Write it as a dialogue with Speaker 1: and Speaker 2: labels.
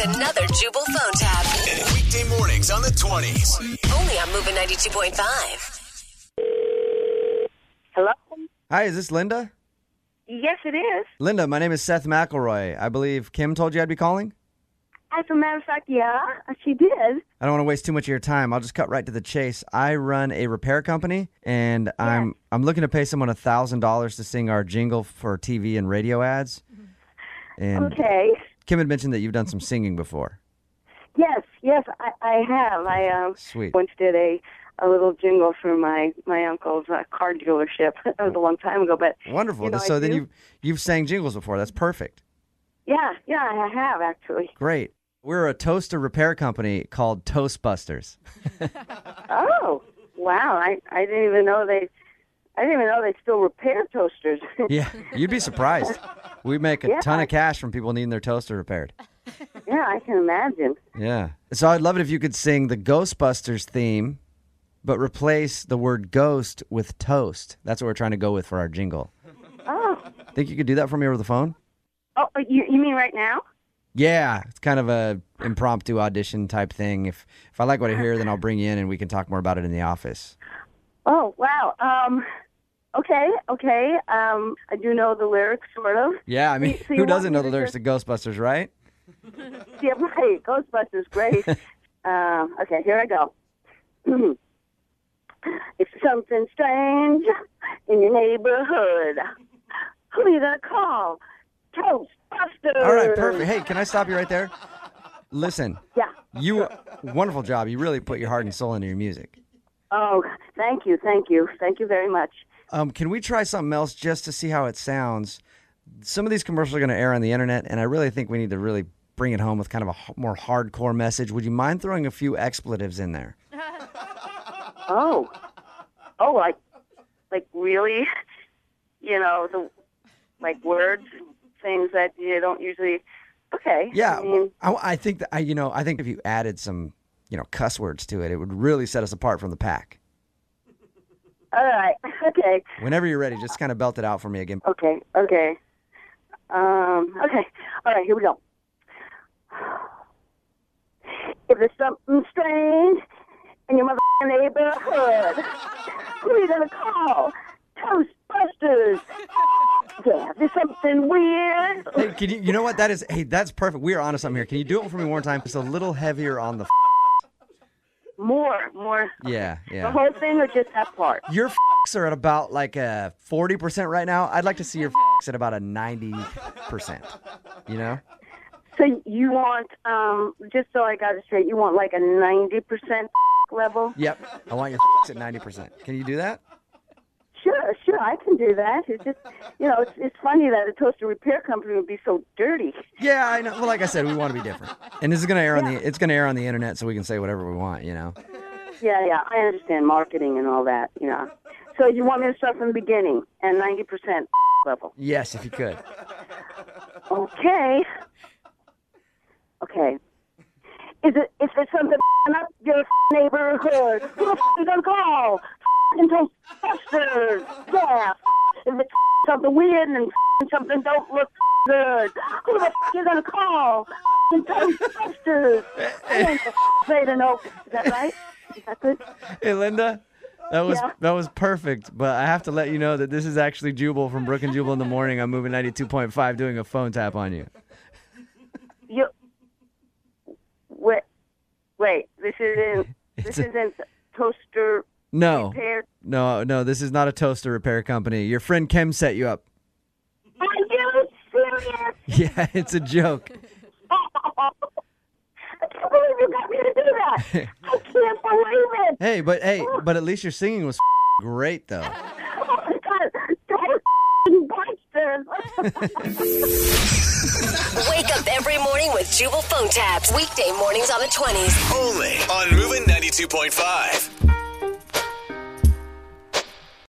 Speaker 1: another Jubal phone tab.
Speaker 2: Weekday mornings on the 20s.
Speaker 1: Only on Moving 92.5.
Speaker 3: Hello?
Speaker 4: Hi, is this Linda?
Speaker 3: Yes, it is.
Speaker 4: Linda, my name is Seth McElroy. I believe Kim told you I'd be calling.
Speaker 3: As a matter of fact, yeah, she did.
Speaker 4: I don't want to waste too much of your time. I'll just cut right to the chase. I run a repair company, and I'm I'm looking to pay someone a thousand dollars to sing our jingle for TV and radio ads. And
Speaker 3: Mm-hmm. Okay.
Speaker 4: Kim had mentioned that you've done some singing before.
Speaker 3: Yes, yes, I, I have. I um,
Speaker 4: Sweet.
Speaker 3: once did a, a little jingle for my, my uncle's uh, car dealership. that was a long time ago, but
Speaker 4: Wonderful.
Speaker 3: You know, I
Speaker 4: so then
Speaker 3: do.
Speaker 4: you you've sang jingles before. That's perfect.
Speaker 3: yeah, yeah, I have actually.
Speaker 4: Great. We're a toaster repair company called Toastbusters.
Speaker 3: Oh, wow. I, I didn't even know they. I didn't even know they still repair toasters.
Speaker 4: Yeah, you'd be surprised. We make a
Speaker 3: Yeah.
Speaker 4: ton of cash from people needing their toaster repaired.
Speaker 3: yeah, I can imagine.
Speaker 4: Yeah. So I'd love it if you could sing the Ghostbusters theme, but replace the word ghost with toast. That's what we're trying to go with for our jingle.
Speaker 3: Oh,
Speaker 4: Think you could do that for me over the phone?
Speaker 3: oh, you, you mean right now?
Speaker 4: Yeah, it's kind of a impromptu audition type thing. If if I like what I hear, then I'll bring you in and we can talk more about it in the office.
Speaker 3: Oh, wow. Um, okay, okay. Um, I do know the lyrics, sort of.
Speaker 4: Yeah, I mean,
Speaker 3: So you
Speaker 4: who
Speaker 3: want
Speaker 4: doesn't
Speaker 3: me
Speaker 4: know the
Speaker 3: to
Speaker 4: lyrics to Ghostbusters, right?
Speaker 3: Yeah, right. Ghostbusters, great. um, okay, here I go. it's something strange in your neighborhood. Who you gonna call? Toastbusters.
Speaker 4: All right, perfect. Hey, can I stop you right there? Listen,
Speaker 3: Yeah.
Speaker 4: you wonderful job. You really put your heart and soul into your music.
Speaker 3: Oh, thank you, thank you, thank you very much.
Speaker 4: Um, can we try something else just to see how it sounds? Some of these commercials are going to air on the internet, and I really think we need to really bring it home with kind of a h- more hardcore message. Would you mind throwing a few expletives in there?
Speaker 3: Oh, oh, like, like really? You know the, like words, things that you don't usually. Okay.
Speaker 4: Yeah,
Speaker 3: I mean,
Speaker 4: I, I think that I, you know, I think if you added some, you know, cuss words to it, it would really set us apart from the pack.
Speaker 3: all right. Okay.
Speaker 4: Whenever you're ready, just kind of belt it out for me again.
Speaker 3: Okay, okay. Um, okay, all right, here we go. If there's something strange in your motherfucking neighborhood, who are you gonna call? Toastbusters! Yeah, if there's something weird.
Speaker 4: Hey, can you, you know what that is? Hey, that's perfect. We are onto something here. Can you do it for me one more time? It's a little heavier on the. F-
Speaker 3: More, more.
Speaker 4: yeah,
Speaker 3: The
Speaker 4: yeah.
Speaker 3: whole thing or just that part?
Speaker 4: Your f***s are at about like a forty percent right now. I'd like to see your f***s at about a ninety percent. You know?
Speaker 3: So you want, um, just so I got it straight, you want like a 90% level?
Speaker 4: Yep. I want your f***s at ninety percent. Can you do that?
Speaker 3: Sure, sure, I can do that. It's just, you know, it's, it's funny that a toaster repair company would be so dirty.
Speaker 4: Yeah, I know. Well, like I said, we want to be different, and this is gonna air on the it's gonna air on the internet, so we can say whatever we want. You know?
Speaker 3: Yeah, yeah, I understand marketing and all that, you know. So you want me to start from the beginning and 90% level.
Speaker 4: Yes, if you could.
Speaker 3: Okay. Okay. Is it, if there's something up your neighborhood, who the f- you gonna call? F***ing Toastbusters! Yeah! If it's something weird and f***ing something don't look good, who the f- you gonna call? F***ing Toastbusters! I ain't afraid of no. Is that right? Is that good?
Speaker 4: Hey, Linda. That was
Speaker 3: Yeah.
Speaker 4: that was perfect, but I have to let you know that this is actually Jubal from Brook and Jubal in the morning. I'm moving 92.5, doing a phone tap on you.
Speaker 3: You wait, wait. This isn't.
Speaker 4: It's
Speaker 3: This
Speaker 4: a-
Speaker 3: isn't toaster
Speaker 4: No,
Speaker 3: paired.
Speaker 4: no, no. This is not a toaster repair company. Your friend Kim set you up.
Speaker 3: Are you serious?
Speaker 4: Yeah, it's a joke.
Speaker 3: I can't believe you got me to do that. I can't believe it.
Speaker 4: Hey, but hey, but at least your singing was great though.
Speaker 3: Oh my god, don't busters.
Speaker 1: Wake up every morning with Jubal phone tabs. Weekday mornings on the 20s.
Speaker 2: Only on Moving 92.5.